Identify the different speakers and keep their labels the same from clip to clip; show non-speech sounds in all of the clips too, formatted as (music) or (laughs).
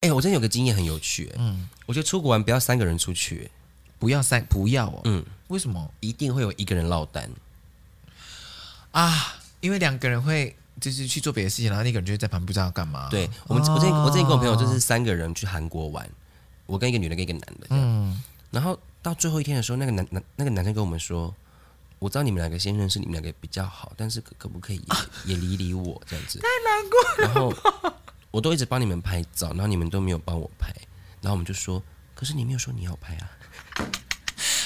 Speaker 1: 哎、我真的有个经验很有趣、嗯，我觉得出国玩不要三个人出去、
Speaker 2: 不要三不要哦，
Speaker 1: 嗯，
Speaker 2: 为什么
Speaker 1: 一定会有一个人落单。
Speaker 2: 啊？因为两个人会就是去做别的事情，然后那个人就会在旁边不知道干嘛。
Speaker 1: 对我们，我之前我之前跟我朋友就是三个人去韩国玩，我跟一个女的跟一个男的，嗯，然后到最后一天的时候，那个男男那个男生跟我们说，我知道你们两个先认识，你们两个比较好，但是可可不可以也、也理理我这样子？ (laughs) 太难过了。然后我都一直帮你们拍照，然后你们都没有帮我拍，然后我们就说，可是你没有说你要拍啊。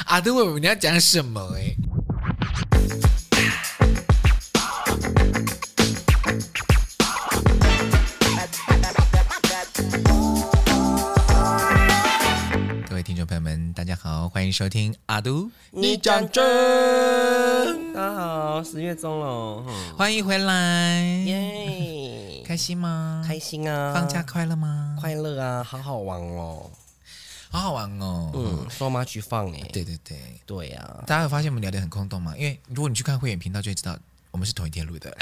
Speaker 2: 啊，对，我以为你要讲什么哎、各位听众朋友们，大家好，欢迎收听阿都，
Speaker 1: 你讲真。大家好，十月中了，嗯
Speaker 2: 欢迎回来，
Speaker 1: 耶、
Speaker 2: 开心吗？
Speaker 1: 开心啊，
Speaker 2: 放假快乐吗？
Speaker 1: 快乐啊，好好玩哦。
Speaker 2: 好好玩哦。
Speaker 1: 嗯，说妈去放哎、
Speaker 2: 对对对，
Speaker 1: 对啊，
Speaker 2: 大家有发现我们聊得很空洞吗？因为如果你去看会员频道，就会知道我们是同一天
Speaker 1: (laughs)
Speaker 2: 录的。
Speaker 1: (laughs)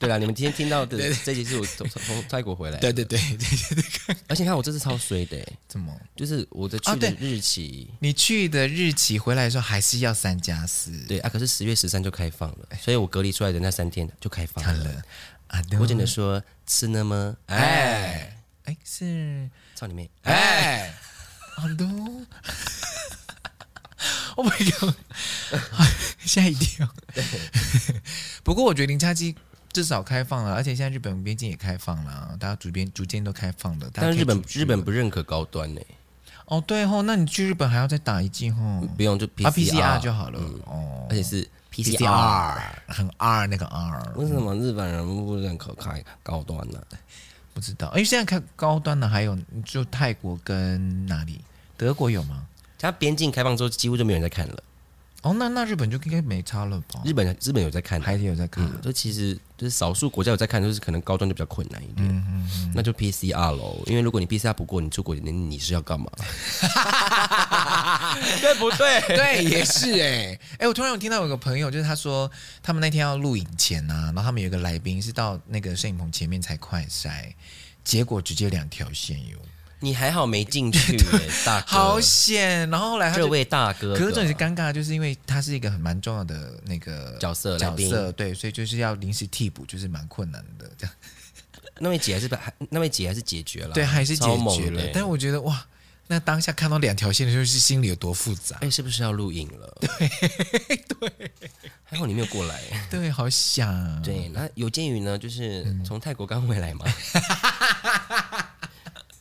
Speaker 1: 对啦，你们今天听到的这集是我从从从泰国回来，
Speaker 2: 对对对对对对，
Speaker 1: 而且你看我这次超衰的、欸，
Speaker 2: (laughs) 怎么？
Speaker 1: 就是我的
Speaker 2: 啊
Speaker 1: 去
Speaker 2: 对
Speaker 1: 的日期，
Speaker 2: 你去的日期回来的时候还是要三加四？
Speaker 1: 对啊，可是十月十三就开放了，所以我隔离出来的那三天就开放
Speaker 2: 好
Speaker 1: 了。
Speaker 2: 了，啊，
Speaker 1: 我只能说吃那么，哎，
Speaker 2: 哎哎是
Speaker 1: 操你妹，哎，
Speaker 2: 哎，阿 (laughs) 都，Oh my god，吓哎一跳。不过我觉得零加七至少开放了，而且现在日本边境也开放了，啊大家逐渐逐渐都开放了。大家
Speaker 1: 但
Speaker 2: 可以
Speaker 1: 日本
Speaker 2: 出去
Speaker 1: 日本不认可高端欸呢、
Speaker 2: 哦对吼，那你去日本还要再打一剂吼，
Speaker 1: 不用就
Speaker 2: 啊
Speaker 1: PCR
Speaker 2: PCR 就好了哦，
Speaker 1: 而且是 PCR，
Speaker 2: PCR 很 R 那个 R。
Speaker 1: 为什么日本人不认可开高端呢、
Speaker 2: 不知道，因为哎现在看高端的还有就泰国跟哪里，德国有吗？
Speaker 1: 它边境开放之后，几乎就没有人在看了。
Speaker 2: 哦，那那日本就应该没差了吧？
Speaker 1: 日本日本有在看，
Speaker 2: 还是有在看， (laughs)
Speaker 1: 嗯，就其实就是少数国家有在看，就是可能高端就比较困难一点，
Speaker 2: 嗯
Speaker 1: 那就 PCR 喽。因为如果你 PCR 不过，你出国你你是要
Speaker 2: (laughs)
Speaker 1: 干嘛？对不对？
Speaker 2: 对，也是哎、 (laughs) 哎、我突然有听到有个朋友，就是他说他们那天要录影前啊，然后他们有一个来宾是到那个摄影棚前面才快筛，结果直接两条线哟，
Speaker 1: (laughs) 你还好没进去、欸，大哥。
Speaker 2: 好险！然后后来他
Speaker 1: 这
Speaker 2: 就。
Speaker 1: 位大哥
Speaker 2: 可
Speaker 1: 哥，
Speaker 2: 是这也是尴尬，就是因为他是一个很蛮重要的那个
Speaker 1: 啊角色来
Speaker 2: 角
Speaker 1: 宾
Speaker 2: 色对，所以就是要临时替补，就是蛮困难的这样。
Speaker 1: 那位姐还是把那位姐还是解决了，
Speaker 2: 对，还是
Speaker 1: 啊超
Speaker 2: 解
Speaker 1: 猛
Speaker 2: 决了。
Speaker 1: 的欸
Speaker 2: 但我觉得哇，那当下看到两条线的时候，是心里有多复杂？
Speaker 1: 哎、是不是要录影了？对对，还好你没有过来。
Speaker 2: 哎对，好想。啊
Speaker 1: 对，那有鉴于呢，就是
Speaker 2: 嗯
Speaker 1: 从泰国刚回来嘛，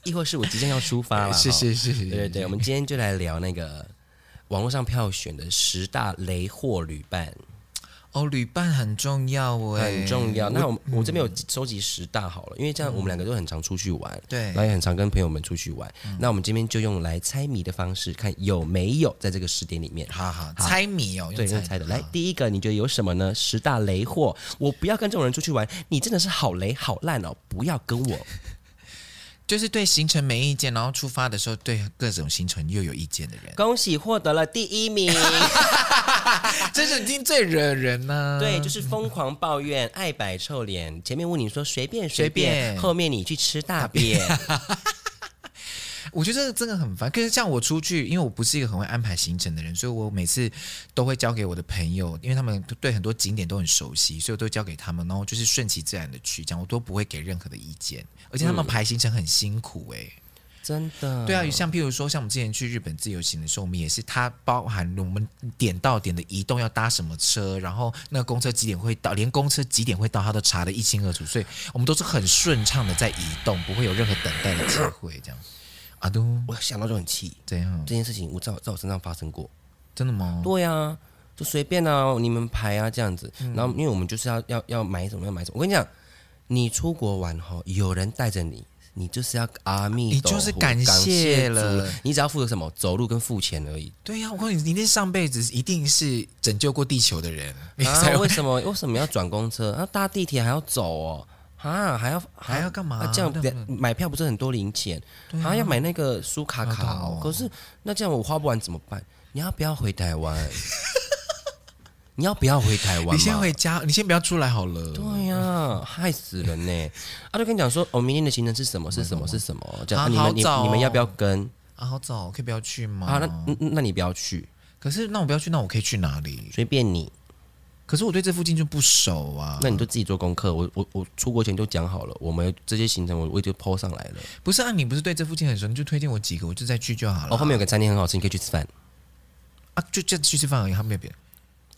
Speaker 1: 亦或是我即将要出发
Speaker 2: 哎，
Speaker 1: 了，
Speaker 2: (laughs) 是是是是，
Speaker 1: 对对对，我们今天就来聊那个网络上票选的十大雷货旅伴，
Speaker 2: 哦，旅伴很重要哦，哎
Speaker 1: 很重要。那我我这
Speaker 2: 嗯
Speaker 1: 边有收集十大好了，因为这样我们两个都很常出去玩，
Speaker 2: 对嗯
Speaker 1: 然后也很常跟朋友们出去玩。那我们这边就用来猜谜的方式，看有没有在这个时点里面。
Speaker 2: 好好猜谜哦，
Speaker 1: 对，
Speaker 2: 用
Speaker 1: 用
Speaker 2: 猜
Speaker 1: 猜的。来，第一个你觉得有什么呢？十大雷货，我不要跟这种人出去玩，你真的是好雷好烂哦，不要跟我。 (laughs)
Speaker 2: 就是对行程没意见，然后出发的时候对各种行程又有意见的人，
Speaker 1: 恭喜获得了第一 (laughs) 名。
Speaker 2: 这是已经最惹人呢。
Speaker 1: 对，就是疯狂抱怨，爱摆臭脸。前面问你说随便随
Speaker 2: 随便
Speaker 1: 便，后面你去吃大便。
Speaker 2: 我觉得这个真的很烦。可是像我出去，因为我不是一个很会安排行程的人，所以我每次都会交给我的朋友，因为他们对很多景点都很熟悉，所以我都交给他们，然后就是顺其自然的去讲，我都不会给任何的意见。而且他们排行程很辛苦哎、
Speaker 1: 真的，
Speaker 2: 嗯
Speaker 1: (laughs)
Speaker 2: 对啊，像譬如说，像我们之前去日本自由行的时候，我们也是它包含我们点到点的移动要搭什么车，然后那个公车几点会到，连公车几点会到，他都查得一清二楚，所以我们都是很顺畅的在移动，不会有任何等待的机会这样。啊都
Speaker 1: 我想到就很气。
Speaker 2: 这样
Speaker 1: 这件事情我在我在我身上发生过。
Speaker 2: 真的吗？
Speaker 1: 对啊，就随便啊，你们排啊这样子。
Speaker 2: 嗯
Speaker 1: 然后因为我们就是要要要买什么要买什么。我跟你讲，你出国玩哈，有人带着你。你就是要阿弥
Speaker 2: 你
Speaker 1: 陀佛，
Speaker 2: 就是感
Speaker 1: 谢
Speaker 2: 谢了
Speaker 1: 主你只要负责什么走路跟付钱而已。
Speaker 2: 对呀、我告诉你，你那上辈子一定是拯救过地球的人，你
Speaker 1: 啊，
Speaker 2: 才会、
Speaker 1: 为什么为什么要转公车？啊，搭地铁还要走哦，啊，还要
Speaker 2: 还要干嘛
Speaker 1: 啊这样
Speaker 2: 那啊
Speaker 1: 等买票不是很多零钱，还、要买那个苏卡卡
Speaker 2: (laughs)
Speaker 1: 哦。可是那这样我花不完怎么办？你要不要回台湾？你要不要回台湾嘛？
Speaker 2: 你先回家，你先不要出来好了。
Speaker 1: 对呀、害死人呢、啊，就跟你讲说，哦，明天的行程是什么？是什么？是什么？这样、
Speaker 2: 啊
Speaker 1: 啊你
Speaker 2: 好
Speaker 1: 们你
Speaker 2: 早哦
Speaker 1: 你们要不要跟？
Speaker 2: 啊，好早，可以不要去吗？
Speaker 1: 啊，那嗯嗯那你不要去，
Speaker 2: 可是那我不要去，那我可以去哪里？
Speaker 1: 随便你。
Speaker 2: 可是我对这附近就不熟啊。
Speaker 1: 那你就自己做功课。我我我出国前就讲好了，我们这些行程我我就 PO 上来了。
Speaker 2: 不是啊，你不是对这附近很熟，你就推荐我几个，我就再去就好了。
Speaker 1: 哦，后面有个餐厅很好吃，你可以去吃饭。
Speaker 2: 啊，就就去吃饭而已，他没有 (laughs) 别的。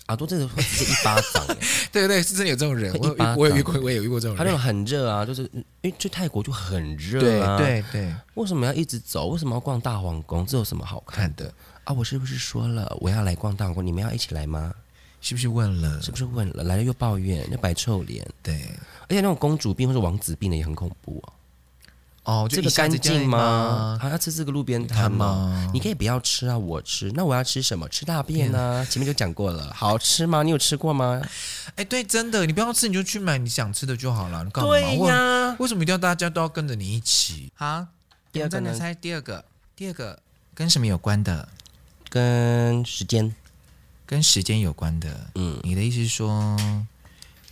Speaker 1: 阿多啊真的会直接一巴
Speaker 2: (laughs)
Speaker 1: 掌哎、
Speaker 2: 对对，是真的有这种人，我有
Speaker 1: 一巴掌
Speaker 2: 遇我有遇过，我也有遇过这种
Speaker 1: 他那
Speaker 2: 人
Speaker 1: 种。很热啊，就是因为去泰国就很
Speaker 2: 对
Speaker 1: 热啊，，
Speaker 2: 对对，
Speaker 1: 为什么要一直走？为什么要逛大皇宫？这有什么好看的啊？我是不是说了我要来逛大皇宫？你们要一起来吗？
Speaker 2: 是不是问了
Speaker 1: 是？不是问了来了又抱怨又摆臭脸？
Speaker 2: 对，
Speaker 1: 而且那种公主病或者王子病的也很恐怖哦。
Speaker 2: 哦，就啊
Speaker 1: 这个
Speaker 2: 一下
Speaker 1: 干
Speaker 2: 子这样
Speaker 1: 净吗？？啊还要吃这个路边摊
Speaker 2: 摊
Speaker 1: 吗
Speaker 2: 吗？
Speaker 1: 你可以不要吃啊，我吃。那我要吃什么？吃大便
Speaker 2: (laughs)
Speaker 1: 啊？前面就讲过了，好吃吗？你有吃过吗？
Speaker 2: 哎，对，真的，你不要吃，你就去买你想吃的就好了。你干嘛？
Speaker 1: 对
Speaker 2: 我
Speaker 1: 呀。
Speaker 2: 为什么一定要大家都要跟着你一起？好，
Speaker 1: 第二个
Speaker 2: 我们再
Speaker 1: 呢
Speaker 2: 来猜第二个，第二个跟什么有关的？
Speaker 1: 跟时间，
Speaker 2: 跟时间有关的。
Speaker 1: 嗯，
Speaker 2: 你的意思是说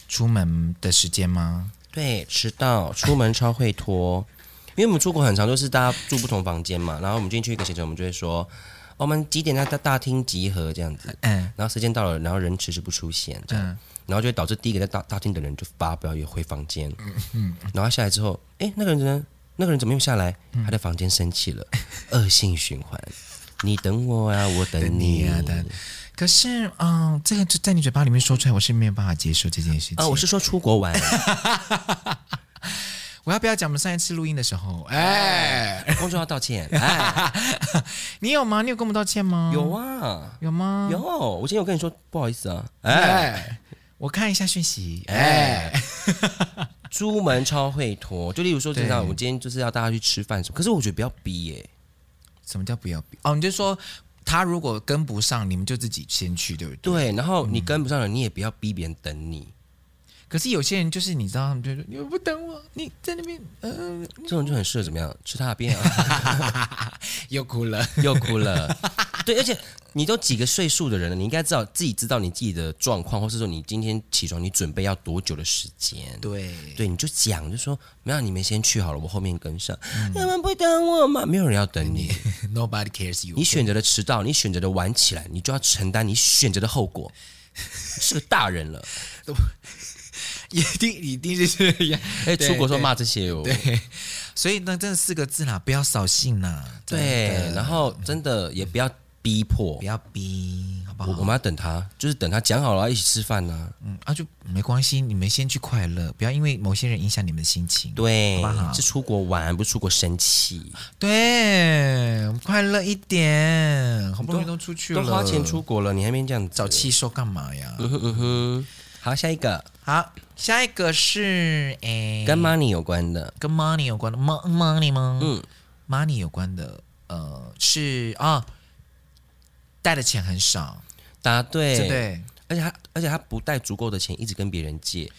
Speaker 2: 出门的时间吗？
Speaker 1: 对，迟到，出门超会拖。因为我们出国很长，就是大家住不同房间嘛，然后我们进去一个行程，我们就会说，哦我们几点在大大厅集合这样子，
Speaker 2: 嗯
Speaker 1: 然后时间到了，然后人迟迟不出现，这样，
Speaker 2: 嗯，
Speaker 1: 然后就会导致第一个在大大厅的人就发飙，也回房间。然后他下来之后，哎，那个人呢？那个人怎么又下来？他在房间生气了， (laughs) 恶性循环。你等我啊，我等你
Speaker 2: 啊，但可是，嗯、这个就在你嘴巴里面说出来，我是没有办法接受这件事情。
Speaker 1: 啊，我是说出国玩， (laughs)
Speaker 2: 我要不要讲我们上一次录音的时候？哎，
Speaker 1: 工作要道歉。 (laughs) 哎，
Speaker 2: 你有吗？你有跟我们道歉吗？
Speaker 1: 有啊，
Speaker 2: 有吗？
Speaker 1: 有，我今天有跟你说不好意思啊。哎，
Speaker 2: 哎，我看一下讯息。
Speaker 1: 哎
Speaker 2: 哎，
Speaker 1: (laughs) 出门超会拖，就例如说，就
Speaker 2: 对
Speaker 1: 这样，我今天就是要大家去吃饭什么，可是我觉得不要逼耶。
Speaker 2: 什么叫不要比？哦，你就说他如果跟不上，你们就自己先去，对不对？
Speaker 1: 对，嗯然后你跟不上了，你也不要逼别人等你，
Speaker 2: 可是有些人就是你知道，他们就说你不等我，你在那边，呃，
Speaker 1: 这种就很适合怎么样？吃大便啊。 (laughs)
Speaker 2: 又哭了。
Speaker 1: 又哭
Speaker 2: (laughs)
Speaker 1: 了。对，而且你都几个岁数的人了，你应该知道自己知道你自己的状况，或是说你今天起床你准备要多久的时间。
Speaker 2: 对，
Speaker 1: 对，你就讲，就说没有，你们先去好了，我后面跟上。
Speaker 2: 嗯
Speaker 1: 你们不等我吗？没有人要等你。
Speaker 2: (laughs) Nobody cares you。
Speaker 1: 你选择了迟到，你选择了晚起来，你就要承担你选择的后
Speaker 2: (laughs)
Speaker 1: 果。是个大人了，
Speaker 2: 一定一定是这 (laughs) 样。
Speaker 1: 哎，出国时候
Speaker 2: (laughs) 对
Speaker 1: 骂这些哦。
Speaker 2: 对，所以呢，这四个字啦，不要扫兴啦。真
Speaker 1: 对
Speaker 2: 的，
Speaker 1: 然后真的也不要逼迫
Speaker 2: 不，要逼，好不
Speaker 1: 我我
Speaker 2: 好？
Speaker 1: 们要等他，就是等他讲好了要一起吃饭呢。
Speaker 2: 嗯啊，就没关系，你们先去快乐，不要因为某些人影响你们的心情。
Speaker 1: 对
Speaker 2: 好不，好
Speaker 1: 是出国玩，不是出国生气。
Speaker 2: 对，快乐一点，好不容易都出去了，
Speaker 1: 都花钱出国了，你还没这样
Speaker 2: 找
Speaker 1: 早起。
Speaker 2: 气受干嘛呀？
Speaker 1: 嗯哼嗯哼，好，下一个
Speaker 2: 好，下一个是诶，
Speaker 1: 嗯跟 money 有关的，
Speaker 2: 跟 money 有关的 mo- money 吗？
Speaker 1: 嗯
Speaker 2: ，money 有关的，呃，是啊，带的钱很少，
Speaker 1: 答
Speaker 2: 对
Speaker 1: 对，
Speaker 2: 不，对？
Speaker 1: 而且他而且他不带足够的钱，一直跟别人借，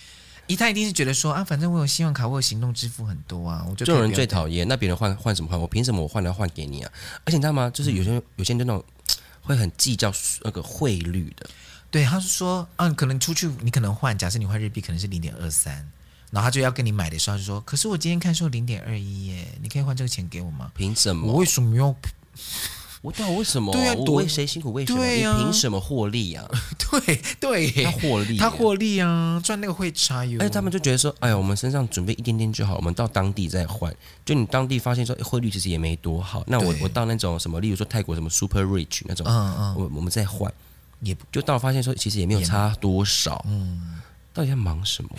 Speaker 2: 一他一定是觉得说啊，反正我有信用卡，我有行动支付很多啊，我就
Speaker 1: 这种人
Speaker 2: 可以
Speaker 1: 最
Speaker 2: 不要
Speaker 1: 讨厌。那别人换换什么换？我凭什么我换来换给你啊？而且你知道吗？就是有些
Speaker 2: 嗯
Speaker 1: 人有些人就那种会很计较那个汇率的，
Speaker 2: 对，他是说啊，可能出去你可能换，假设你换日币可能是零点二三，然后他就要跟你买的时候，他就说，可是我今天看说零点二一耶，你可以换这个钱给我吗？
Speaker 1: 凭什
Speaker 2: 我
Speaker 1: 么？
Speaker 2: 为什么要？ (laughs)
Speaker 1: 我到底为什么？
Speaker 2: 对啊
Speaker 1: 我
Speaker 2: 多
Speaker 1: 为谁辛苦为什么？
Speaker 2: 对
Speaker 1: 你
Speaker 2: 啊
Speaker 1: 凭什么获利啊？
Speaker 2: 对 (laughs) 对，
Speaker 1: 他获利耶，
Speaker 2: 他获利啊，赚那个汇差哟。
Speaker 1: 而且他们就觉得说，哎呀，我们身上准备一点点就好，我们到当地再换。就你当地发现说哎汇率其实也没多好，那我
Speaker 2: 对
Speaker 1: 我到那种什么，例如说泰国什么 super rich 那种，
Speaker 2: 嗯嗯，
Speaker 1: 我我们再换，
Speaker 2: 也不
Speaker 1: 就到了发现说其实也没有差多少。
Speaker 2: 嗯，
Speaker 1: 到底在忙什么？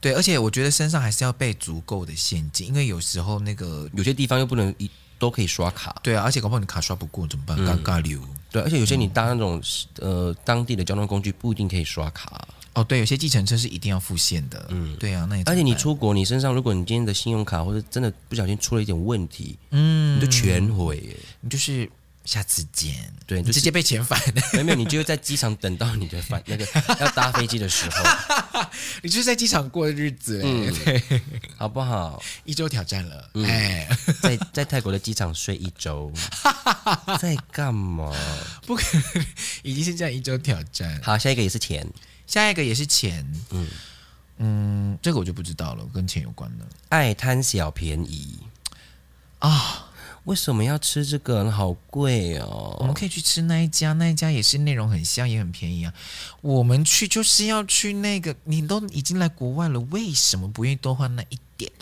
Speaker 2: 对，而且我觉得身上还是要备足够的现金，因为有时候那个
Speaker 1: 有些地方又不能一都可以刷卡，
Speaker 2: 对啊，而且搞不好你卡刷不过怎么办？尴尬流。
Speaker 1: 对，而且有些你搭那
Speaker 2: 嗯
Speaker 1: 种、呃当地的交通工具不一定可以刷卡，
Speaker 2: 哦，对，有些计程车是一定要付现的。嗯，对啊，那也
Speaker 1: 而且你出国，你身上如果你今天的信用卡或者真的不小心出了一点问题，
Speaker 2: 嗯，
Speaker 1: 你就全毁耶。
Speaker 2: 你就是下次见，
Speaker 1: 对，
Speaker 2: 你
Speaker 1: 就
Speaker 2: 直
Speaker 1: 是
Speaker 2: 接被遣返，
Speaker 1: 没有没有，你就在机场等到你的返那个 (laughs) 要搭飞机的时候，
Speaker 2: (laughs) 你就是在机场过日子、欸，对，
Speaker 1: 好不好？
Speaker 2: 一周挑战了，哎、
Speaker 1: 在在泰国的机场睡一周，在干嘛？
Speaker 2: 不可， (laughs) 已经是这样一周挑战。
Speaker 1: 好，下一个也是钱，
Speaker 2: 下一个也是钱，嗯这个我就不知道了，跟钱有关的
Speaker 1: 爱贪小便宜，
Speaker 2: 啊。
Speaker 1: 为什么要吃这个？好贵
Speaker 2: 我
Speaker 1: 哦！
Speaker 2: 们可以去吃那一家，那一家也是内容很像，也很便宜啊。我们去就是要去那个，你都已经来国外了，为什么不愿意多花那一点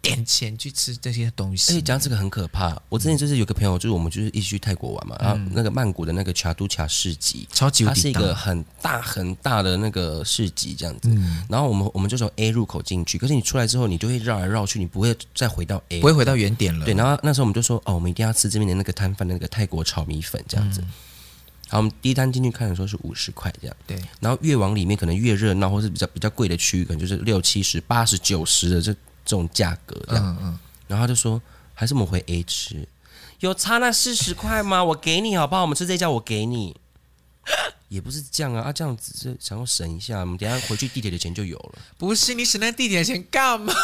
Speaker 2: 点钱去吃这些东
Speaker 1: 而且
Speaker 2: 西？
Speaker 1: 哎讲到这个很可怕。我之前就是有个朋友，就是我们就是一起去泰国玩嘛，然后那个曼谷的那个卡都卡市集，
Speaker 2: 超级无
Speaker 1: 它是
Speaker 2: 敌
Speaker 1: 一
Speaker 2: 大
Speaker 1: 个很大很大的那个市集这样子。
Speaker 2: 嗯
Speaker 1: 然后我们我们就从 A 入口进去，可是你出来之后，你就会绕来绕去，你不会再回到 A
Speaker 2: 不。会回到原点了。
Speaker 1: 对，然后那时候我们就说，哦，我们一定要吃这边的那个摊贩的那个泰国炒米粉这样子。
Speaker 2: 嗯
Speaker 1: 然后我们第一摊进去看的时候是五十块这样，
Speaker 2: 对，
Speaker 1: 然后越往里面可能越热闹，或是比较比较贵的区域，可能就是六七十、八十、九十的这这种价格这样。
Speaker 2: 嗯嗯，
Speaker 1: 然后他就说，还是我们回 A 吃，有差那四十块吗？我给你好不好？我们吃这家我给你。也不是这样啊，啊这样子是想要省一下，我们等一下回去地铁的钱就有了。
Speaker 2: 不是你省那地点钱干嘛？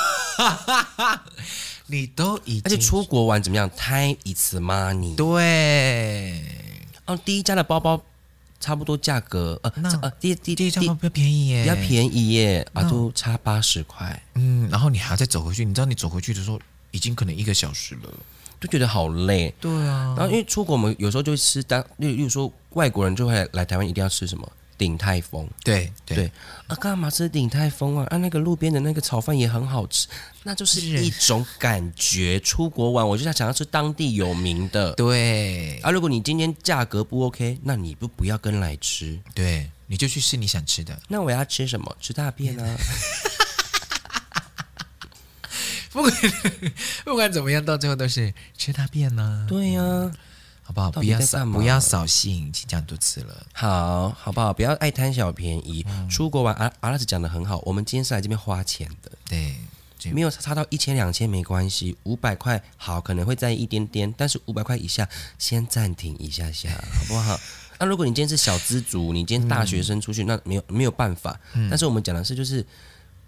Speaker 2: (laughs) 你都已经
Speaker 1: 而且出国玩怎么样？Time is money。
Speaker 2: 对，
Speaker 1: 哦，第一家的包包差不多价格，呃，
Speaker 2: 那
Speaker 1: 这呃，第第
Speaker 2: 第
Speaker 1: 第
Speaker 2: 一家比较便宜耶，
Speaker 1: 比较便宜耶，啊，都差八十块，
Speaker 2: 嗯，然后你还要再走回去，你知道你走回去的时候已经可能一个小时了。
Speaker 1: 就觉得好累。
Speaker 2: 对啊，
Speaker 1: 然后因为出国，我们有时候就会吃当，例例如说外国人就会来台湾，一定要吃什么鼎泰丰。
Speaker 2: 对对
Speaker 1: 对啊，干嘛吃鼎泰丰啊？啊，那个路边的那个炒饭也很好吃，那就是一种感觉。出国玩，我就想想要吃当地有名的。
Speaker 2: 对
Speaker 1: 啊，如果你今天价格不 OK，那你就不要跟来吃。
Speaker 2: 对，你就去吃你想吃的，
Speaker 1: 那我要吃什么？吃大便啊？
Speaker 2: 不管不管怎么样，到最后都是吃大便呢、
Speaker 1: 对啊呀、
Speaker 2: 好不好？
Speaker 1: 到
Speaker 2: 不
Speaker 1: 底
Speaker 2: 要
Speaker 1: 在
Speaker 2: 扫
Speaker 1: 干嘛
Speaker 2: 不要扫兴，已经讲很多次了。
Speaker 1: 好好不好？不要爱贪小便宜。出国玩，阿阿拉斯讲的很好，我们今天是来这边花钱的，
Speaker 2: 对，这
Speaker 1: 没有差到一千两千没关系，五百块好可能会在意一点点，但是五百块以下先暂停一下下，好不好？ (laughs) 那如果你今天是小资族，你今天大学生出去，那没有没有办法。
Speaker 2: 嗯
Speaker 1: 但是我们讲的是就是。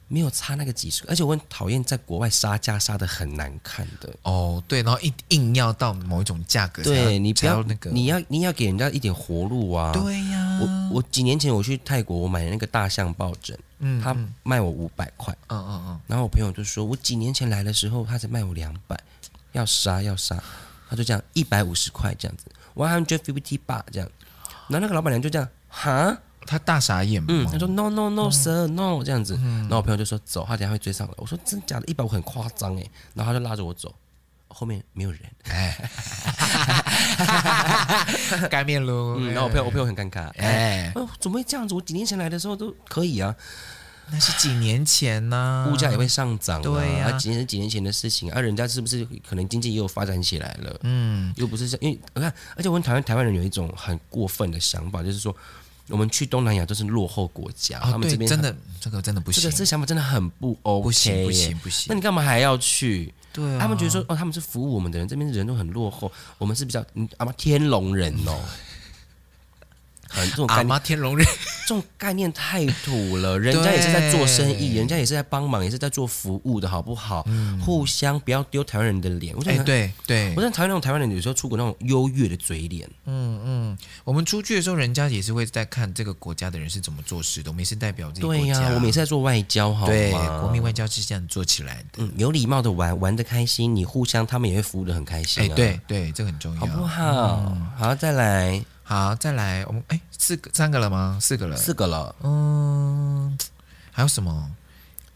Speaker 1: 没有差那个几十，而且我很讨厌在国外杀价杀的很难看的。
Speaker 2: 哦对，然后硬硬要到某一种价格才要，
Speaker 1: 对你不
Speaker 2: 才
Speaker 1: 要
Speaker 2: 要那个，
Speaker 1: 你要你要给人家一点活路啊。
Speaker 2: 对呀、
Speaker 1: 我我几年前我去泰国，我买了那个大象抱枕，
Speaker 2: 嗯
Speaker 1: 他卖我五百块，
Speaker 2: 嗯嗯嗯，
Speaker 1: 然后我朋友就说，我几年前来的时候，他才卖我两百，要杀要杀，他就这样一百五十块这样子，one hundred fifty 吧这样，然后那个老板娘就这样，哈，
Speaker 2: 他大傻眼嘛，
Speaker 1: 嗯，他说 no no no sir no 这样子，然后我朋友就说走，他等一下会追上来，我说真假的，一百五很夸张诶，然后他就拉着我走，后面没有人，
Speaker 2: 干面喽，
Speaker 1: 嗯，然后我朋友我朋友很尴尬，哎，
Speaker 2: 哎，
Speaker 1: 哦，怎么会这样子？我几年前来的时候都可以啊，
Speaker 2: 那是几年前
Speaker 1: (laughs)
Speaker 2: 呢、
Speaker 1: 物价也会上涨、啊，
Speaker 2: 嗯对呀
Speaker 1: 啊，几年几年前的事情啊，人家是不是可能经济也有发展起来了？
Speaker 2: 嗯，
Speaker 1: 又不是像因为我看，而且我们台湾台湾人有一种很过分的想法，就是说我们去东南亚都是落后国家，
Speaker 2: 哦
Speaker 1: 他们
Speaker 2: 对
Speaker 1: 这，边
Speaker 2: 真
Speaker 1: 很
Speaker 2: 的这个真的不
Speaker 1: 这
Speaker 2: 行
Speaker 1: 个，这想法真的很不 OK，
Speaker 2: 不行不行
Speaker 1: 耶。
Speaker 2: 不行
Speaker 1: 那，你干嘛还要去？
Speaker 2: 对啊，
Speaker 1: 他们觉得说哦，他们是服务我们的人，这边人都很落后，我们是比较嗯啊妈天龙人
Speaker 2: (laughs)
Speaker 1: 哦，很这种概
Speaker 2: 阿
Speaker 1: 念
Speaker 2: 妈天龙人，
Speaker 1: 这种概念太土了，人家也是在做生意，人家也是在帮忙，也是在做服务的好不好？互相不要丢台湾人的脸。我想、
Speaker 2: 嗯哎，对对
Speaker 1: 我，想台湾那种台湾人有时候出国那种优越的嘴脸，
Speaker 2: 嗯我们出去的时候，人家也是会在看这个国家的人是怎么做事的，我们也是代表自己国
Speaker 1: 对呀、
Speaker 2: 家，
Speaker 1: 我们也是在哦做外交好吗？
Speaker 2: 对国民外交是这样做起来的，
Speaker 1: 嗯，有礼貌的玩，玩的开心，你互相他们也会服务的很开心、
Speaker 2: 哎，
Speaker 1: 啊，，
Speaker 2: 对嗯对，这个很重
Speaker 1: 好不
Speaker 2: 要。
Speaker 1: 好？好，再来
Speaker 2: 好，再来，我们哎，四个三个了吗？四个了，
Speaker 1: 四个了，
Speaker 2: 嗯，还有什么？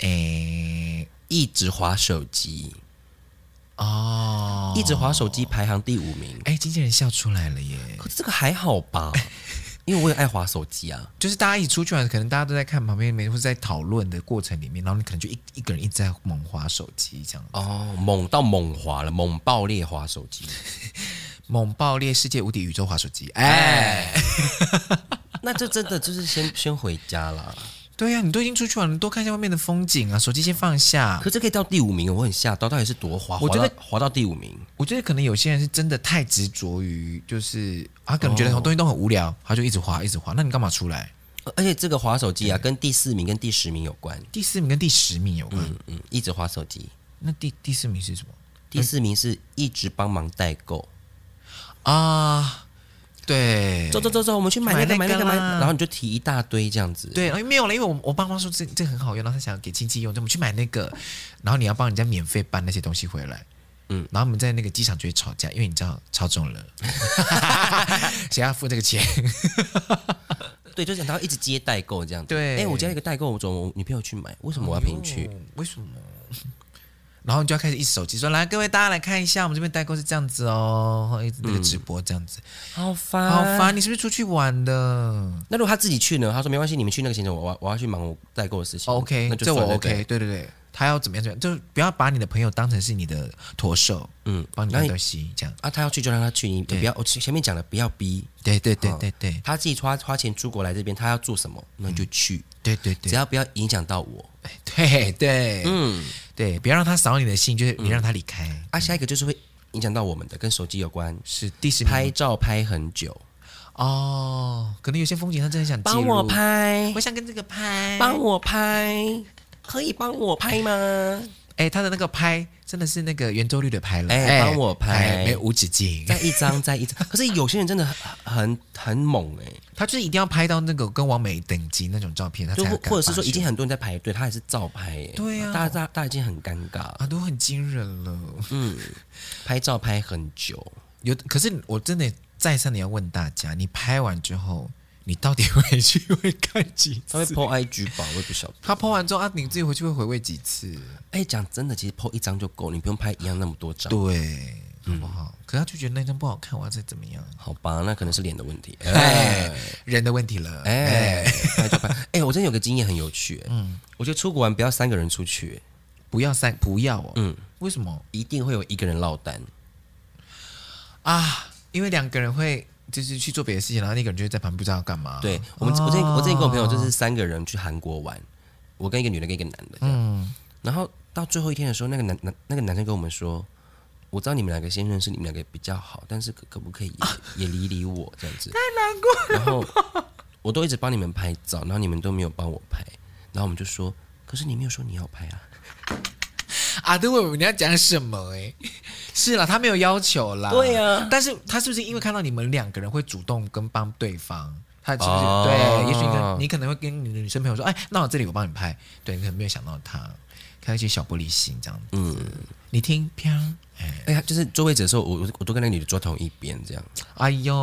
Speaker 2: 哎，
Speaker 1: 一直划手机，
Speaker 2: 哦，
Speaker 1: 一直划手机排行第五名，
Speaker 2: 哎，经纪人笑出来了耶！
Speaker 1: 可是这个还好
Speaker 2: (laughs)
Speaker 1: 吧？因为我也爱划手机啊。
Speaker 2: 就是大家一起出去玩，可能大家都在看旁边，没或者在讨论的过程里面，然后你可能就一一个人一直在猛划手机这样。
Speaker 1: 哦，猛到猛滑了，猛爆裂滑手 (laughs) 机。
Speaker 2: 猛爆裂世界无敌宇宙滑手机，哎，
Speaker 1: 那这真的就是先先回家啦。
Speaker 2: 对呀、你都已经出去玩了，多看一下外面的风景啊，手机先放下。
Speaker 1: 可这可以到第五名，我很吓到，到底是多滑？
Speaker 2: 我觉
Speaker 1: 滑到
Speaker 2: 得
Speaker 1: 滑到第五名，
Speaker 2: 我觉得可能有些人是真的太执着于，就是他可能
Speaker 1: 哦
Speaker 2: 觉得很哦多东西都很无聊，他就一直滑一直滑。那你干嘛出来？
Speaker 1: 呃而且这个滑手机啊，跟第四名跟第十名有关。
Speaker 2: 第四名跟第十名有关，
Speaker 1: 嗯嗯，一直滑手机。
Speaker 2: 那第第四名是什么
Speaker 1: 第四名是一直帮忙代购，
Speaker 2: 啊？对，
Speaker 1: 嗯走走走走，我们去买
Speaker 2: 买
Speaker 1: 那个买
Speaker 2: 那
Speaker 1: 那
Speaker 2: 个
Speaker 1: 个买，
Speaker 2: 啦
Speaker 1: 然后你就提一大堆这样子。
Speaker 2: 对，然后没有了，因为我我爸妈说这这很好用，然后他想给亲戚用，就我们去买那个，然后你要帮人家免费搬那些东西回来。嗯
Speaker 1: 嗯，
Speaker 2: 然后我们在那个机场就会吵架，因为你知道超重了， (laughs) 谁要付这个钱？
Speaker 1: 对，就是然后一直接代购这样子。
Speaker 2: 对
Speaker 1: 哎，我接到一个代购，我怎么我女朋友去买？为什么我要陪你去？
Speaker 2: 哎呦？为什么？ (laughs) 然后你就要开始一直手机说：“来，各位大家来看一下，我们这边代购是这样子哦，然后一直那个直播这样子，
Speaker 1: 好烦
Speaker 2: 好烦！你是不是出去玩的
Speaker 1: 那如果他自己去呢？他说没关系，你们去那个行程，我我我要去忙我代购的事情。
Speaker 2: 哦？OK，
Speaker 1: 那就
Speaker 2: 这
Speaker 1: 算
Speaker 2: 我
Speaker 1: 了
Speaker 2: OK，。对对对，他要怎么样怎么样，就是不要把你的朋友当成是你的驼兽，
Speaker 1: 嗯，
Speaker 2: 帮你
Speaker 1: 那
Speaker 2: 搬
Speaker 1: 你
Speaker 2: 东西这样。
Speaker 1: 啊，他要去就让他去，你你
Speaker 2: 对
Speaker 1: 不要我前面讲了，不要逼
Speaker 2: 对对对
Speaker 1: 好
Speaker 2: 对对
Speaker 1: 他自己花花钱出国来这边，他要做什么，那你就去，
Speaker 2: 对对
Speaker 1: 只
Speaker 2: 嗯对
Speaker 1: 要不要影响到我。
Speaker 2: (laughs) 对对，嗯，
Speaker 1: 嗯，
Speaker 2: 对，不要让他扫你的兴，就是你让他离开。
Speaker 1: 啊，下一个就是会影响到我们的，跟手机有关，
Speaker 2: 是第十名
Speaker 1: 拍照拍很久，
Speaker 2: 哦，可能有些风景他真的很想介入，
Speaker 1: 拍
Speaker 2: 我想跟这个拍，
Speaker 1: 我拍，可以帮我拍吗？
Speaker 2: 哎、他的那个拍真的是那个圆周率的拍了，
Speaker 1: 哎帮我拍
Speaker 2: 哎没有无止境，
Speaker 1: 再一
Speaker 2: (laughs)
Speaker 1: 张，再一张。可是有些人真的很很很猛哎、
Speaker 2: 他就是一定要拍到那个跟王美等级那种照片，他
Speaker 1: 就
Speaker 2: 才
Speaker 1: 或
Speaker 2: 敢
Speaker 1: 或者是说
Speaker 2: 发
Speaker 1: 已经
Speaker 2: 出
Speaker 1: 很多人在排队，他还是照拍哎、
Speaker 2: 对啊
Speaker 1: 大家大大家已经很尴尬，
Speaker 2: 啊，都很惊人了。
Speaker 1: 嗯，拍照拍很久，
Speaker 2: 有，可是我真的再三的要问大家，你拍完之后，你到底回去会看几
Speaker 1: 他会
Speaker 2: 次？
Speaker 1: po IG 吧，我也不晓得。
Speaker 2: (laughs) 他拍完之后啊，你自己回去会回味几次？
Speaker 1: 哎，讲真的，其实 po 一张就够，你不用拍一样那么多张。
Speaker 2: 对，好不好？可他就觉得那张不好看，我要再怎么样？
Speaker 1: 好吧，那可能是脸的问题。哎
Speaker 2: 哎，人的问题了。哎，
Speaker 1: 哎，拍就拍。哎，我真的有个经验很有趣。嗯，我觉得出国玩不要三个人出去，
Speaker 2: 不要三，不要哦。
Speaker 1: 嗯，
Speaker 2: 为什么
Speaker 1: 一定会有一个人落单。
Speaker 2: 啊？因为两个人会就是去做别的事情，然后那个人就会在旁边不知道要干嘛。嗯
Speaker 1: 对我们，我之前我之前跟我朋友就是三个人去韩国玩，我跟一个女的跟一个男的这样。然后到最后一天的时候，那个男男那个男生跟我们说。我知道你们两个先认识，你们两个比较好，但是可可不可以也、也理理我这样啊子？太难过了。然后我都一直帮你们拍照，然后你们都没有帮我拍，然后我们就说，可是你没有说你要拍啊。
Speaker 2: 啊，对，我以为你要讲什么、欸？ (laughs) 哎，是啦，他没有要求啦。
Speaker 1: 对啊
Speaker 2: 但是他是不是因为看到你们两个人会主动跟帮对方？他是不是、
Speaker 1: 哦
Speaker 2: 对？也许你可你可能会跟你的女生朋友说，哎，那我这里我帮你拍。对你可能没有想到他，开一些小玻璃心这样。
Speaker 1: 嗯，
Speaker 2: 你听，啪，哎，
Speaker 1: 哎呀，就是坐位置的时候，我我我都跟那个女的坐同一边这样。
Speaker 2: 哎呦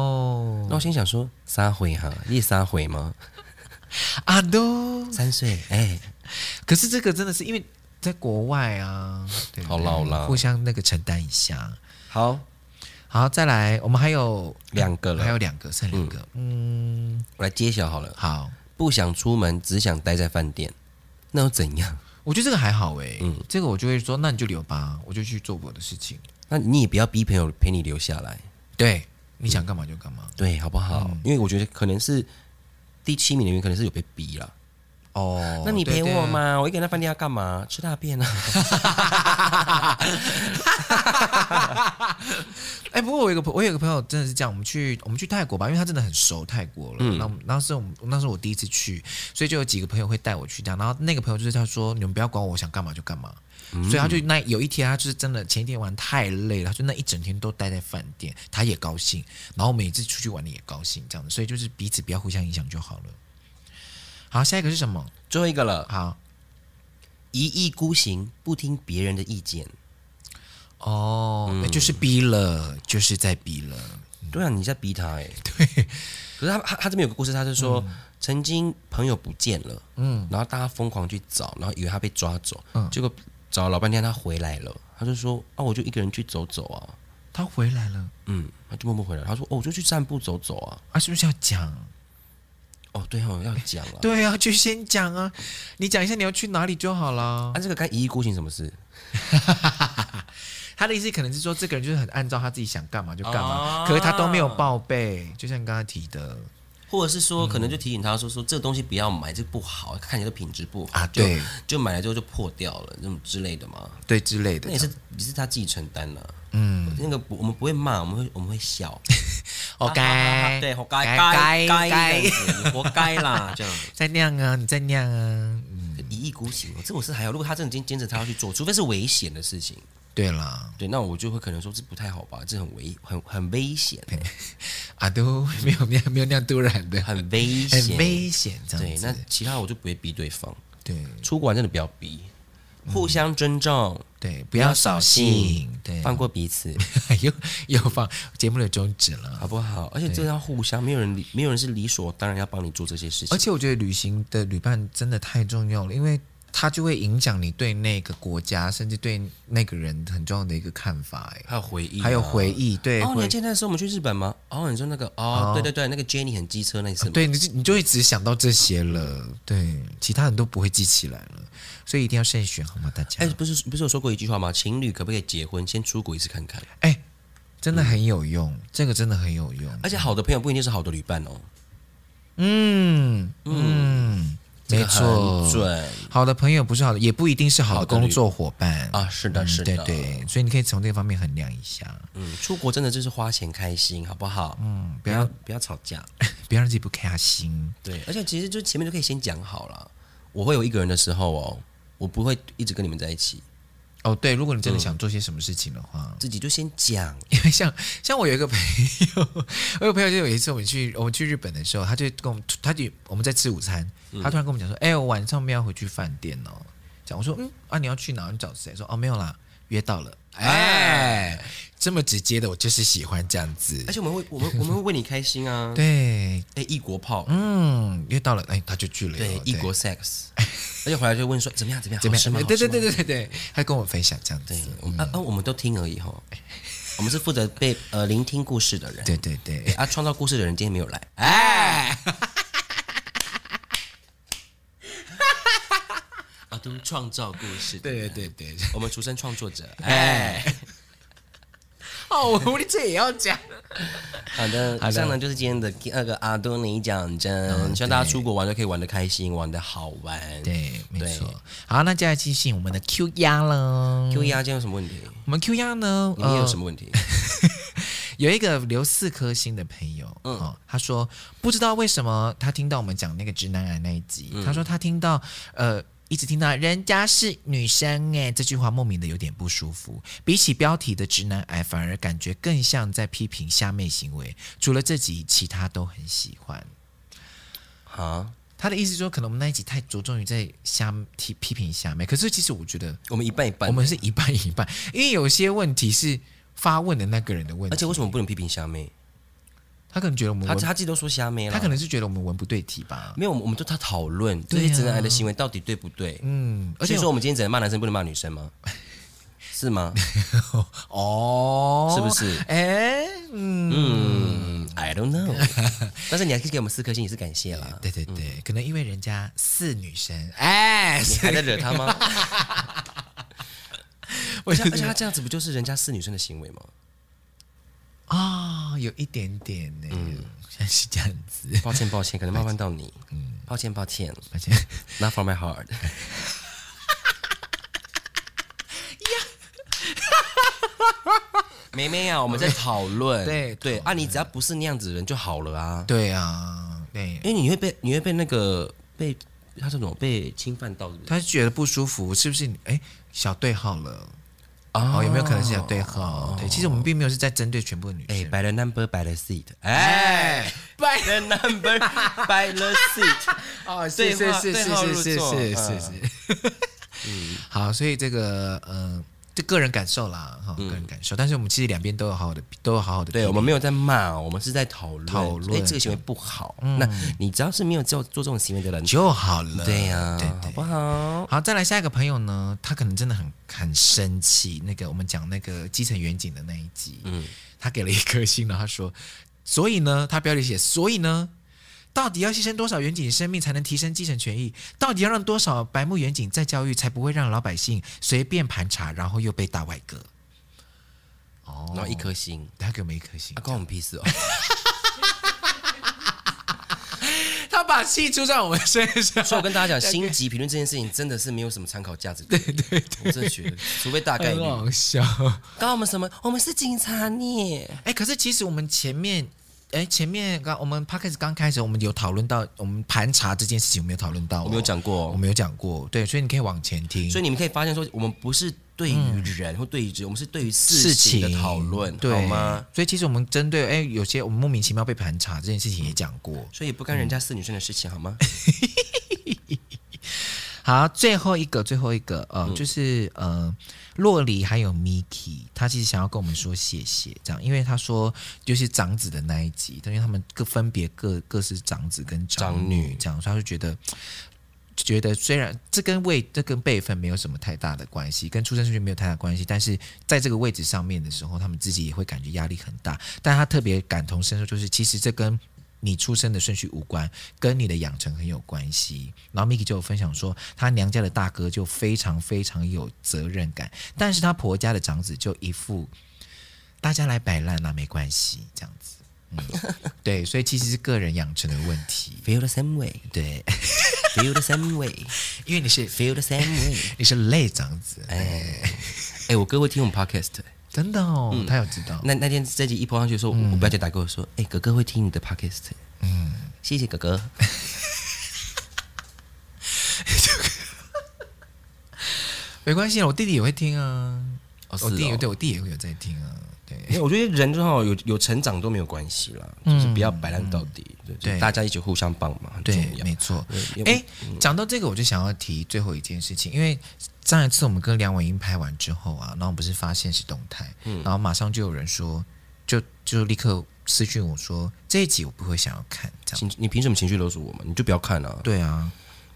Speaker 1: 那，我心想说，三回哈，你三回吗？
Speaker 2: 啊都。
Speaker 1: 三岁，哎、
Speaker 2: 可是这个真的是因为在国外啊，对不对
Speaker 1: 好啦好啦
Speaker 2: 互相那个承担一下。
Speaker 1: 好，
Speaker 2: 好，再来，我们还有
Speaker 1: 两个了
Speaker 2: 还有两个，剩两个。嗯，
Speaker 1: 我来揭晓好了。
Speaker 2: 好。
Speaker 1: 不想出门，只想待在饭店，那又怎样？
Speaker 2: 我觉得这个还好哎、
Speaker 1: 嗯
Speaker 2: 这个我就会说，那你就留吧，我就去做我的事情。
Speaker 1: 那你也不要逼朋友陪你留下来，
Speaker 2: 对，你想干嘛就干嘛。
Speaker 1: 对，好不好？
Speaker 2: 嗯
Speaker 1: 因为我觉得可能是第七名的原因，可能是有被逼了。
Speaker 2: 哦
Speaker 1: 那你陪我？嘛？我一个人在饭店要干嘛？吃大便啊？ (laughs)
Speaker 2: 对对哎、不过我有一个朋，我有一个朋友真的是这样，我们去我们去泰国吧，因为他真的很熟泰国了。那我们那时候我们那时候我第一次去，所以就有几个朋友会带我去这样。然后那个朋友就是他说，你们不要管我，我想干嘛就干嘛。所以他就那有一天，他就是真的前一天玩太累了，他就那一整天都待在饭店，他也高兴，然后我们每次出去玩的也高兴，这样子，所以就是彼此不要互相影响就好了。好，下一个是什么？
Speaker 1: 最后一个了，
Speaker 2: 好，
Speaker 1: 一意孤行，不听别人的意见。
Speaker 2: 哦，那就是逼了，就是在逼了。
Speaker 1: 对啊，你在逼他哎、
Speaker 2: (laughs)
Speaker 1: 对。可是他他他这边有个故事，他是说、
Speaker 2: 嗯
Speaker 1: 曾经朋友不见了，嗯，然后大家疯狂去找，然后以为他被抓走，
Speaker 2: 嗯
Speaker 1: 结果找了老半天他回来了，他就说啊，我就一个人去走走啊，
Speaker 2: 他回来了，
Speaker 1: 嗯，他就默默回来，他说哦，我就去散步走走啊，
Speaker 2: 啊，是不是要讲？
Speaker 1: 哦，对哦，要讲啊，
Speaker 2: 对啊，就先讲啊，你讲一下你要去哪里就好啦
Speaker 1: 啊，。这个跟一意孤行什么事？
Speaker 2: 他的意思可能是说，这个人就是很按照他自己想干嘛就干嘛，
Speaker 1: 哦
Speaker 2: 可是他都没有报备，就像你刚才提的，
Speaker 1: 或者是
Speaker 2: 嗯
Speaker 1: 说可能就提醒他说说这个东西不要买，这不好，看起来品质不好
Speaker 2: 啊
Speaker 1: 就
Speaker 2: 对
Speaker 1: 就买了之后就破掉了，这种之类的嘛。
Speaker 2: 对之类的
Speaker 1: 那也。是也是他自己承担了、嗯，那个不我们不会骂，我们会我们会笑。啊
Speaker 2: 活哦该，
Speaker 1: 对，活哦该，
Speaker 2: 啊该
Speaker 1: 该
Speaker 2: 该
Speaker 1: 该这样子，你活该
Speaker 2: (laughs)
Speaker 1: 啦，这样子。
Speaker 2: 再酿啊，你再酿啊。嗯，
Speaker 1: 一意孤行，哦这我是还好。如果他真的今天坚持他要去做，除非是危险的事情，
Speaker 2: 对啦，
Speaker 1: 对，那我就会可能说这不太好吧，这很危，很很危
Speaker 2: (laughs)
Speaker 1: 险，
Speaker 2: 啊都没有没有没有那样突然的，
Speaker 1: 很危险，
Speaker 2: 很危险这样
Speaker 1: 对，
Speaker 2: 子。
Speaker 1: 那其他我就不会逼对方。
Speaker 2: 对
Speaker 1: 出国玩真的不要逼，
Speaker 2: 嗯
Speaker 1: 互相尊重，
Speaker 2: 对，不要扫兴，对， (laughs)
Speaker 1: 放过彼此，
Speaker 2: 又又放节目的终止了。
Speaker 1: 好不好？而且这要互相，没有人理，没有人是理所当然要帮你做这些事
Speaker 2: 而
Speaker 1: 情。
Speaker 2: 且我觉得旅行的旅伴真的太重要了，因为它就会影响你对那个国家，甚至对那个人很重要的一个看法。哎，
Speaker 1: 还有回忆啊，
Speaker 2: 还有回忆，对，
Speaker 1: 哦，你还
Speaker 2: 回
Speaker 1: 记得那时候我们去日本吗？哦，你说那个哦，对对对，那个 Jenny 很机车那一次吗，
Speaker 2: 啊对，你就你就会只想到这些了，对，其他人都不会记起来了，所以一定要慎选，好吗？大家
Speaker 1: 哎，，不是不是有说过一句话吗？情侣可不可以结婚？先出国一次看看。
Speaker 2: 哎、真的很有用，这个真的很有用，
Speaker 1: 而且好的朋友不一定是好的旅伴哦，
Speaker 2: 嗯嗯，
Speaker 1: 这
Speaker 2: 没
Speaker 1: 个很
Speaker 2: 错，
Speaker 1: 准
Speaker 2: 好的朋友不是好的，也不一定是好的
Speaker 1: 好的旅
Speaker 2: 工作伙伴
Speaker 1: 啊，是的，
Speaker 2: 嗯
Speaker 1: 是
Speaker 2: 对
Speaker 1: 的，，
Speaker 2: 对，所以你可以从这个方面衡量一下，
Speaker 1: 嗯，出国真的就是花钱开心，好不好？嗯，不要不要吵架，
Speaker 2: 不要让自己不开心。
Speaker 1: 对，而且其实就前面就可以先讲好了，我会有一个人的时候哦，我不会一直跟你们在一起，
Speaker 2: 哦，对，如果你真的想做些什么事情的话，
Speaker 1: 自己就先讲，
Speaker 2: (laughs) 因为像像我有一个朋友， (laughs) 我有朋友就有一次我们去我们去日本的时候，他就跟我们他就我们在吃午餐，他突然跟我们讲说：“哎、我晚上没有要回去饭店哦。”讲我说：“嗯啊，你要去哪？你找谁？”说：“哦，没有啦，约到了。”哎，这么直接的，我就是喜欢这样子
Speaker 1: 而。且我们会我们我们会为你开心 (laughs) 啊，
Speaker 2: 对，
Speaker 1: 哎，异国炮，
Speaker 2: 嗯，约到了，哎，他就去了。
Speaker 1: 对，异国 (laughs) sex，而且回来就问说怎么样怎么样，
Speaker 2: 怎么
Speaker 1: 好吃吗
Speaker 2: 样？对对
Speaker 1: 好
Speaker 2: 对，
Speaker 1: 吃吗
Speaker 2: 对对对，他跟我分享这样子
Speaker 1: 对。，我们啊啊，我们都听而已 (laughs) 哈，我们是负责被呃聆听故事的人，
Speaker 2: 对对对，
Speaker 1: 啊，创造故事的人今天没有来，
Speaker 2: 哎，
Speaker 1: (laughs) 啊，都是创造故事。
Speaker 2: 对，对对 (laughs) 对，
Speaker 1: 我们出身创作者。
Speaker 2: 哎
Speaker 1: 哎，
Speaker 2: 哦，我这也要讲。
Speaker 1: 好的，以上呢就是今天的第二个阿多尼讲真，希望大家出国玩都可以玩的开心，玩的好玩。
Speaker 2: 嗯对，没
Speaker 1: 对
Speaker 2: 错。好，那接下来进行我们的 Q 压了。
Speaker 1: ，Q 啊压今天有什么问题？
Speaker 2: 我们 Q 压呢，
Speaker 1: 你们有什
Speaker 2: 么？
Speaker 1: 么问题？
Speaker 2: 有一个留四颗星的朋友，嗯、哦，他说不知道为什么他听到我们讲那个直男癌那一集，
Speaker 1: 嗯
Speaker 2: 他说他听到呃。一直听到人家是女生哎、这句话莫名的有点不舒服。比起标题的直男癌，反而感觉更像在批评虾妹行为。除了这集，其他都很喜欢。
Speaker 1: 啊，
Speaker 2: 他的意思说，可能我们那一集太着重于在虾批批评虾妹，可是其实我觉得
Speaker 1: 我们一半一半。
Speaker 2: 我们是一半一半，因为有些问题是发问的那个人的问题，
Speaker 1: 而且为什么不能批评虾妹？
Speaker 2: 他可能觉得我们
Speaker 1: 他
Speaker 2: 文
Speaker 1: 他自己都说虾妹了，
Speaker 2: 他可能是觉得我们文不对题吧？
Speaker 1: 没有，我们我们对他讨论这
Speaker 2: 对啊
Speaker 1: 些直男癌的行为到底对不对？
Speaker 2: 嗯，而
Speaker 1: 而且
Speaker 2: 且
Speaker 1: 说我们今天只能骂男生，不能骂女生
Speaker 2: (laughs)
Speaker 1: 吗？是吗？
Speaker 2: 哦，
Speaker 1: 是不是
Speaker 2: 哎，嗯，
Speaker 1: 嗯，I don't know。但是
Speaker 2: (laughs)
Speaker 1: 你还是给我们四颗星，也是感谢啦。
Speaker 2: 对对
Speaker 1: 嗯
Speaker 2: 对，可能因为人家是女生，哎，
Speaker 1: 你还在惹他
Speaker 2: (laughs)
Speaker 1: 吗？
Speaker 2: 我
Speaker 1: 而且而且他这样子不就是人家是女生的行为吗？
Speaker 2: 啊，有一点点呢，
Speaker 1: 嗯
Speaker 2: 像是这样子，
Speaker 1: 抱歉抱歉，可能冒犯到你，抱歉抱歉
Speaker 2: 而且
Speaker 1: ，Not for my heart。妹妹啊，我们在讨论，
Speaker 2: 对
Speaker 1: 对啊，你只要不是那样子的人就好了啊，
Speaker 2: 对啊，对，
Speaker 1: 因为你会被你会被那个被他这种被侵犯到，是不是？
Speaker 2: 他是觉得不舒服，是不是你？哎，小对号了。
Speaker 1: 哦
Speaker 2: 哦，有没有可能是小对号？对，其实我们并没有是在针对全部的女
Speaker 1: 哎，
Speaker 2: 生。
Speaker 1: 摆了 number，摆了 seat，哎， (laughs) 摆了 number，摆了 seat，
Speaker 2: 哦，是是
Speaker 1: 对话
Speaker 2: 是是
Speaker 1: 对号
Speaker 2: 是
Speaker 1: 入
Speaker 2: 是
Speaker 1: 座
Speaker 2: 是是
Speaker 1: 嗯
Speaker 2: 是。 (laughs) 好，所以这个嗯，这个人感受啦，哈，个人感受。但是我们其实两边都有好好的，都有好好的。
Speaker 1: 嗯对，我们没有在骂，我们是在讨论，
Speaker 2: 讨论
Speaker 1: 哎，这个行为不好。那你只要是没有做做这种行为的人，
Speaker 2: 就好了。
Speaker 1: 嗯对哦呀、
Speaker 2: 对
Speaker 1: 好
Speaker 2: 对。
Speaker 1: 不好？
Speaker 2: 好，再来下一个朋友呢，他可能真的很很生气。那个我们讲那个基层远景的那一集，嗯，他给了一颗星，然后他说，所以呢，他标题写，所以呢。到底要牺牲多少远景生命才能提升基层权益？到底要让多少白目远景再教育，才不会让老百姓随便盘查，然后又被大外割？哦，
Speaker 1: 然后一颗星，(laughs)
Speaker 2: 啊他给我们一颗星
Speaker 1: 啊，，关我们屁事哦！
Speaker 2: 把气出在我们身上。
Speaker 1: 所以我跟大家讲，星级评论这件事情真的是没有什么参考价值。对对哎我真的觉得，除非大概率
Speaker 2: (laughs) 很。好笑。
Speaker 1: 告我们什么？我们是警察呢？
Speaker 2: 哎、可是其实我们前面，哎、前面刚我们 p o d c a s t 刚开始，我们有讨论到我们盘查这件事情，我们有讨论到、
Speaker 1: 我没有，讲过、
Speaker 2: 我
Speaker 1: 哦，
Speaker 2: 们有讲过，对，所以你可以往前听。
Speaker 1: 所以你们可以发现说，我们不是对于人、或对于人，我们是对于
Speaker 2: 事
Speaker 1: 事
Speaker 2: 情
Speaker 1: 嗯情的讨论，
Speaker 2: 对
Speaker 1: 好吗？？
Speaker 2: 所以其实我们针对哎、有些我们莫名其妙被盘查这件事情也讲过。
Speaker 1: 所以不干人家四女生的事情，好吗？
Speaker 2: 好，最后一个，最后一个，呃，
Speaker 1: 嗯
Speaker 2: 就是呃，洛黎还有 Miki，他其实想要跟我们说谢谢，这样，因为他说就是长子的那一集，因为他们各分别各各是长子跟长
Speaker 1: 长
Speaker 2: 女
Speaker 1: 女，
Speaker 2: 这样，所以他就觉得。觉得虽然这跟位这跟辈分没有什么太大的关系，跟出生顺序没有太大关系，但是在这个位置上面的时候，他们自己也会感觉压力很大。但他特别感同身受，就是其实这跟你出生的顺序无关，跟你的养成很有关系。然后 Miki 就有分享说，她娘家的大哥就非常非常有责任感，但是她婆家的长子就一副大家来摆烂啦、没关系这样子。嗯，对，所以其实是个人养成的问题。
Speaker 1: Feel the same way,
Speaker 2: 对， (laughs)
Speaker 1: feel the same way,
Speaker 2: 因为你是
Speaker 1: feel the same way。
Speaker 2: 你是累长子，
Speaker 1: 哎， (laughs) 哎，我哥会听我们 podcast、
Speaker 2: 真的哦，他有知道。
Speaker 1: 嗯那那天这集一播上去的时候，
Speaker 2: 嗯
Speaker 1: 我表姐打给我说：“哎、哥哥会听你的 podcast。”嗯，谢谢哥哥。
Speaker 2: 没关系啊，我弟弟也会听啊，
Speaker 1: 哦
Speaker 2: 我弟
Speaker 1: 是哦
Speaker 2: 对我弟也会有在听啊，对。
Speaker 1: 因为我觉得人最好有有成长都没有关系啦，就是不要摆烂到底，对就
Speaker 2: 嗯对
Speaker 1: 大家一起互相帮忙 (laughs) 很重
Speaker 2: 对，
Speaker 1: 要。嗯
Speaker 2: 没错
Speaker 1: 对。
Speaker 2: 哎，讲到这个，我就想要提最后一件事情，因为上一次我们跟梁文英拍完之后啊，然后我们不是发现是动态，
Speaker 1: 嗯
Speaker 2: 然后马上就有人说，就就立刻私讯我说这一集我不会想要看，这样。
Speaker 1: 情你凭什么情绪勒索我们？你就不要看啊！
Speaker 2: 对啊，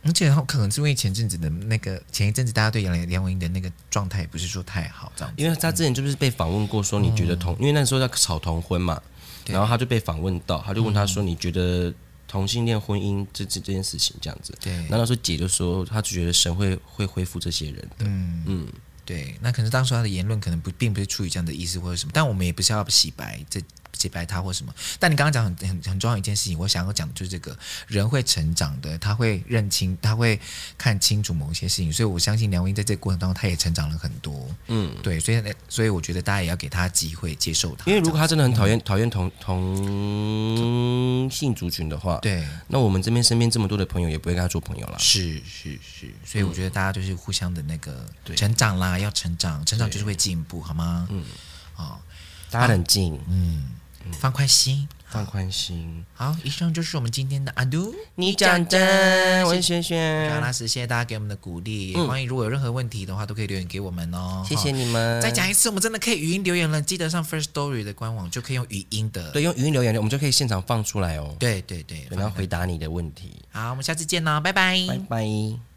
Speaker 2: 而且然后可能是因为前阵子的那个前一阵子大家对梁梁文英的那个状态也不是说太好，这样子。
Speaker 1: 因为他之前就是被访问过，说你觉得同，因为那时候在吵同婚嘛，
Speaker 2: 嗯对嗯
Speaker 1: 然后他就被访问到，他就问他说：“你觉得同性恋婚姻这这这件事情这样子？”
Speaker 2: 对
Speaker 1: 然后那时候姐就说，她就觉得神会会恢复这些人的，
Speaker 2: 嗯
Speaker 1: 嗯，
Speaker 2: 对，那可能当时他的言论可能不并不是出于这样的意思或者什么，但我们也不是要洗白这洗白他或什么。但你刚刚讲很很很重要一件事情，我想要讲的就是这个人会成长的，他会认清，他会看清楚某一些事情，所以我相信梁文英在这个过程当中，他也成长了很多。嗯，对，所以所以我觉得大家也要给他机会接受他，
Speaker 1: 因为如果他真的很讨厌讨厌同同性族群的话，
Speaker 2: 这，样对。
Speaker 1: 那我们这边身边这么多的朋友也不会跟他做朋友啦。
Speaker 2: 是是是，所以我觉得大家就是互相的那个成长啦，要成长，成长就是会进步，好吗？嗯，哦，
Speaker 1: 大家冷静，
Speaker 2: 嗯放宽心，
Speaker 1: 放宽心。
Speaker 2: 好，以上就是我们今天的阿都。
Speaker 1: 你讲真，我是轩
Speaker 2: 阿
Speaker 1: 轩，
Speaker 2: 拉斯，谢谢大家给我们的鼓励，欢迎如果有任何问题的话，都可以留言给我们哦。
Speaker 1: 谢谢
Speaker 2: 哈。
Speaker 1: 你们。
Speaker 2: 再讲一次，我们真的可以语音留言了，记得上 First Story 的官网就可以用语音的。
Speaker 1: 对，用语音留言，我们就可以现场放出来哦。
Speaker 2: 对对对
Speaker 1: 对，然后回答你的问题。
Speaker 2: 好，我们下次见喽，拜拜
Speaker 1: 拜拜。